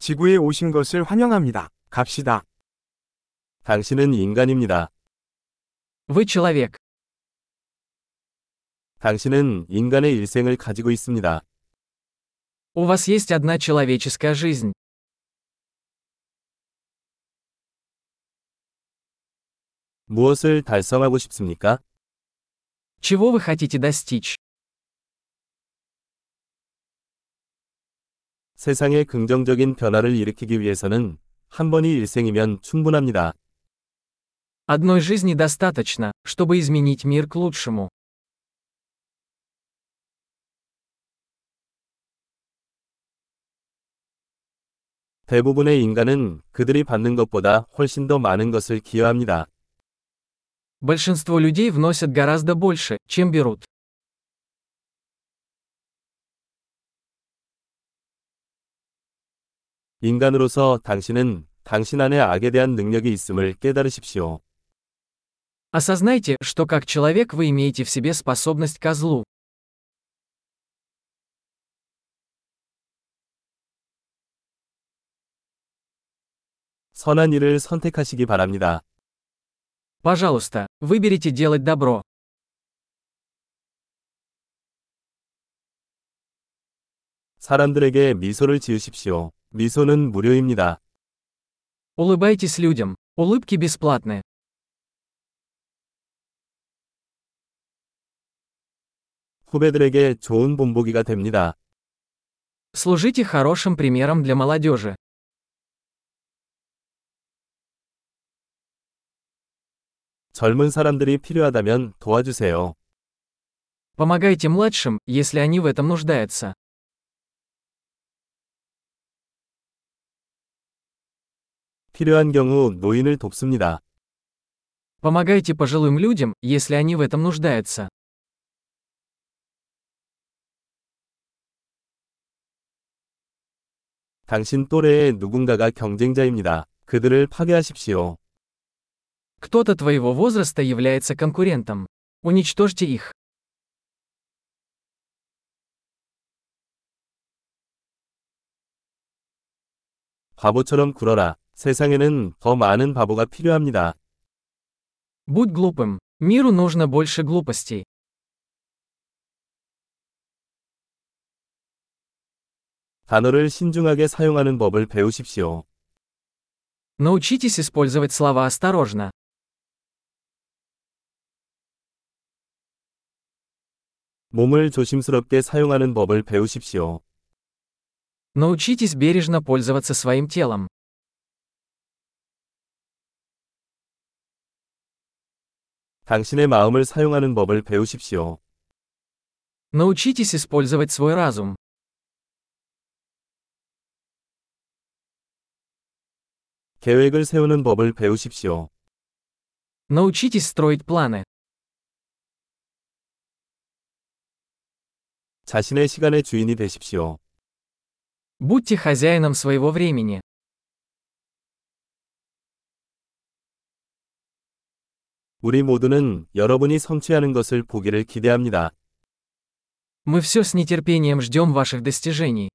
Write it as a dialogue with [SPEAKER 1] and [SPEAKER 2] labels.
[SPEAKER 1] 지구에 오신 것을 환영합니다. 갑시다.
[SPEAKER 2] 당신은 인간입니다.
[SPEAKER 3] Вы человек.
[SPEAKER 2] 당신은 인간의 일생을 가지고 있습니다.
[SPEAKER 3] У вас есть одна человеческая жизнь.
[SPEAKER 2] 무엇을 달성하고 싶습니까?
[SPEAKER 3] Чего вы хотите достичь?
[SPEAKER 2] 세상에 긍정적인 변화를 일으키기 위해서는 한 번이 일생이면 충분합니다.
[SPEAKER 3] Одной жизни достаточно, чтобы изменить мир к лучшему.
[SPEAKER 2] 대부분의 인간은 그들이 받는 것보다 훨씬 더 많은 것을 기여합니다.
[SPEAKER 3] Большинство людей вносят гораздо больше, чем берут.
[SPEAKER 2] 인간으로서 당신은 당신 안에 악에 대한 능력이 있음을 깨달으십시오.
[SPEAKER 3] Осознайте, что как человек вы имеете в себе способность ко злу.
[SPEAKER 2] 선한 일을 선택하시기 바랍니다.
[SPEAKER 3] Пожалуйста, выберите делать добро.
[SPEAKER 2] 사람들에게 미소를 지으십시오. 미소는 무료입니다.
[SPEAKER 3] Улыбайтесь людям. Улыбки бесплатны.
[SPEAKER 2] 후배들에게 좋은 본보기가 됩니다.
[SPEAKER 3] Служите хорошим примером для молодежи.
[SPEAKER 2] 젊은 사람들이 필요하다면 도와주세요.
[SPEAKER 3] Помогайте младшим, если они в этом нуждаются.
[SPEAKER 2] 필요한 경우 노인을 돕습니다.
[SPEAKER 3] Помогайте пожилым людям, если они в этом нуждаются.
[SPEAKER 2] 당신 또래의 누군가가 경쟁자입니다. 그들을 파괴하십시오.
[SPEAKER 3] Кто-то твоего возраста является конкурентом. Уничтожьте их.
[SPEAKER 2] 바보처럼 굴어라. 세상에는 더 많은 바보가 필요합니다.
[SPEAKER 3] Будь глупым. Миру нужно больше глупостей.
[SPEAKER 2] 단어를 신중하게 사용하는 법을 배우십시오.
[SPEAKER 3] Научитесь использовать слова осторожно.
[SPEAKER 2] 몸을 조심스럽게 사용하는 법을 배우십시오.
[SPEAKER 3] Научитесь бережно пользоваться своим телом.
[SPEAKER 2] 당신의 마음을 사용하는 법을 배우십시오.
[SPEAKER 3] Научитесь использовать свой разум.
[SPEAKER 2] 계획을 세우는 법을 배우십시오.
[SPEAKER 3] Научитесь строить планы.
[SPEAKER 2] 자신의 시간의 주인이 되십시오.
[SPEAKER 3] Будьте хозяином своего времени.
[SPEAKER 2] 우리 모두는 여러분이 성취하는 것을 보기를 기대합니다.
[SPEAKER 3] Мы все с нетерпением ждем ваших достижений.